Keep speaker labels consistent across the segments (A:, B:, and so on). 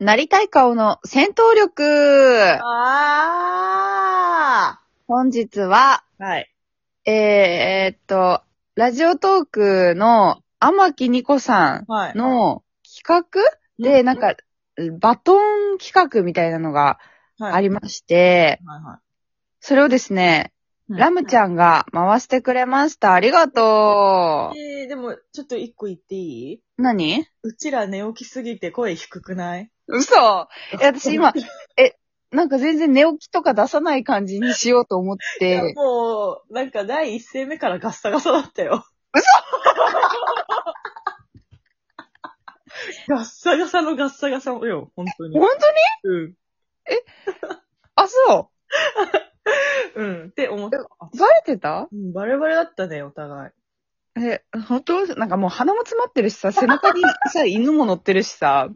A: なりたい顔の戦闘力
B: あ
A: 本日は、
B: あはい。
A: えー、えーっと、ラジオトークの天木二子さ
B: はい。
A: んの企
B: う
A: 画で、
B: ん
A: なんか、バトン企画みたいなのが
B: はい、
A: ありまして、
B: はいは
A: それをですね、
B: い。
A: ラムち
B: ゃ
A: ゃんが回してくれました。ありがとう。
B: えー、でも、ちょっと一個言っていい
A: 何
B: うちら寝起きすぎて声低くない
A: 嘘え、私 今、え、なんか全然寝起きとか出さない感じにしようと思っ
B: いや
A: て、
B: もう、なんか第一声目からガッサガサだったよ。嘘ガッサガサのガッサガサよ、本当に
A: 本。当に
B: うん。
A: あ、そ
B: うん。って思った。あ
A: うバレてた
B: うん、バレバレだったね、お互い。
A: え、本当なんかもう鼻も詰まってるしさ、背中に さ、犬も乗ってるしさ。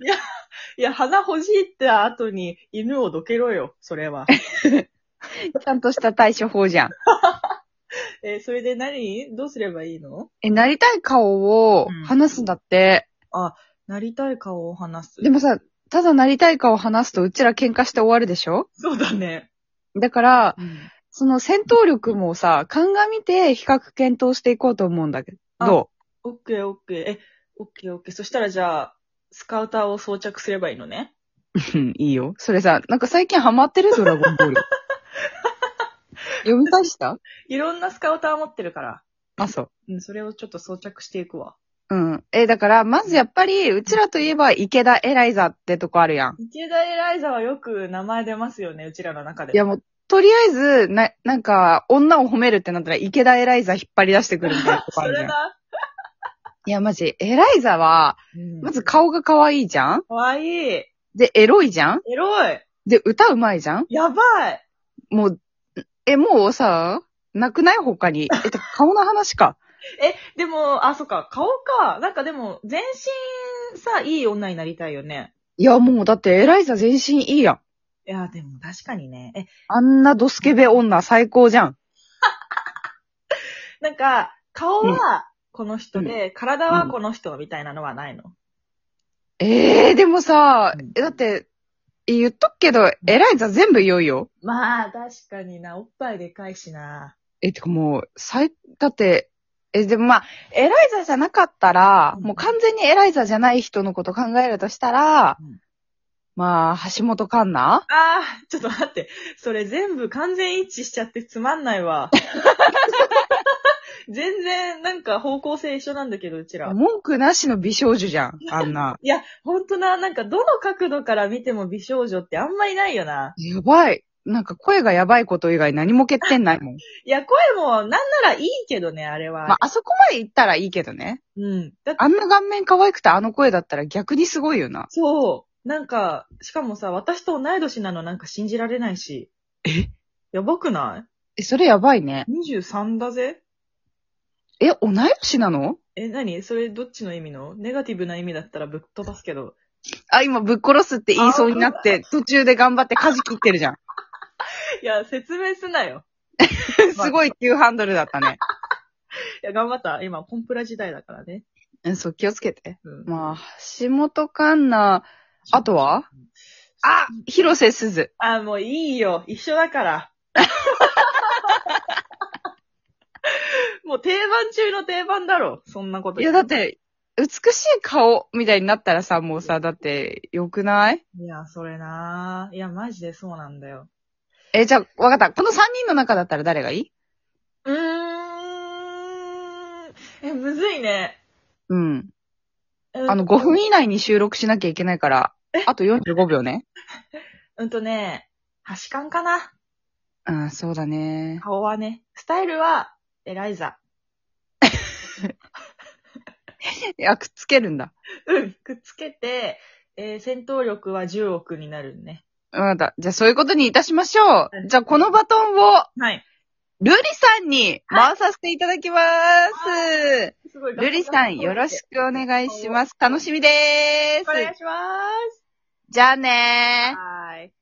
B: いや、鼻ほじった後に犬をどけろよ、それは。
A: ちゃんとした対処法じゃん。
B: えーそれで何どうすればいいの
A: え、なりたい顔を
B: うん
A: 話すんだって。
B: なりたい顔を話す。
A: でもさ、ただなりたい顔を話すとうちら喧嘩して終わるでしょ
B: そうだね。
A: だから、その戦闘力もさ、鑑みて比較検討していこうと思うんだけど。
B: オッケーオッケー。え、オッケーオッケー。そしたらじゃあ、スカウターを装着すればいいのね。
A: うん いいよ。それさ、なんか最近ハマってるドラゴン ボール。読み返した
B: いろんなスカウター持ってるから。
A: あ、そう。
B: うん、それをちょっと装着していくわ。
A: うん。え、だから、まずやっぱり、うちらといえば池田エライザってとこあるやん。
B: 池田エライザはよく名前出ますよね、うちらの中で。
A: いやもう、とりあえず、な、なんか、女を褒めるってなったら、池田エライザ引っ張り出してくるみたいなとこ
B: そ
A: あるじゃ
B: れ
A: ん。
B: だ。
A: いや、マジ、エライザは、まず顔が可愛いじゃん
B: かわいい。エ
A: で、エロいじゃん
B: ロい。
A: で、歌うまいじゃん
B: やばい。
A: もう、え、もうさ、なくない他に。え、てか顔の話か。
B: え、でも、あ、そっか、顔か。なんかでも、全身さ、いい女になりたいよね。
A: いや、もう、だって、エライザ全身いいやん。
B: いや、でも確かにね。え、
A: あんなドスケベ女最高じゃん。
B: なんか、顔はこの人で、体はこの人みたいなのはないの、
A: ええでもさ
B: うん、
A: え、だって、え言っとくけど、エライザ全部良いよ。
B: まあ、確かにな、おっぱいでかいしな。
A: え、てかもう、最、だって、え、でもまあ、エライザじゃなかったら、
B: うん
A: もう完全にエライザじゃない人のこと考えるとしたら、
B: うん
A: まあ、橋本環奈
B: ああ、ちょっと待って。それ全部完全一致しちゃってつまんない わ。全然、なんか方向性一緒なんだけど、うちら。。
A: 文句なしの美少女じゃん、あんな
B: いや、ほんとな、なんかどの角度から見ても美少女ってあんまりないよな。
A: やばい。なんか声がやばいこと以外何も欠点ない もん。
B: いや、声もなんならいいけどね、あれは。
A: まあ、あそこまで行ったらいいけどね。
B: うん。だって
A: あんな顔面可愛くてあの声だったら逆にすごいよな。
B: そう。なんか、しかもさ、私と同い年なのなんか信じられないし。
A: え
B: やばくな
A: え、それやばいね。
B: い ?23 だぜ
A: え、同い年なの
B: え、なにそれどっちの意味のネガティブな意味だったらぶっ飛ばすけど。
A: あ、今ぶっ殺すって言いそうになって、途中で頑張って舵切ってるじゃ ん。
B: いや、説明すなよ。
A: すごい急ハンドルだったね。
B: いや、頑張った。今、コンプラ時代だからね。
A: うん、そう、気をつけて。
B: うん。
A: まあ、橋本環奈、あとはあ広瀬すず。
B: あ、もういいよ。一緒だ から。もう定番中の定番だろ。そんなこと。
A: いや、だっ。て、美しい顔みたいになったらさ、もうさ、だって、良くない
B: いや、それなぁ。いや、マジでそうなんだよ。
A: え、じゃあ、わかった。この3人の中だったら誰がいいう
B: ーん。え、むずいね。
A: うん。
B: うん
A: あの、5分以内に収録しなきゃいけないから、あと45秒ね。
B: うんとね、端感かな。
A: うん、そうだね。
B: 顔はね。スタイルは、エライザ。
A: いや、くっつけるんだ。
B: うん。くっつけて、えー戦闘力は10億になるね。
A: うん、わかった。じゃあ、そういうことにいたしましょう。じゃあ、このバトンを、
B: はい。
A: ルリさんに回させていただきます。
B: すごい。
A: ルリさん、よろしくお願いします。楽しみ
B: お
A: で
B: 願い
A: ーす。
B: しま
A: じゃあねー
B: す。。はーい。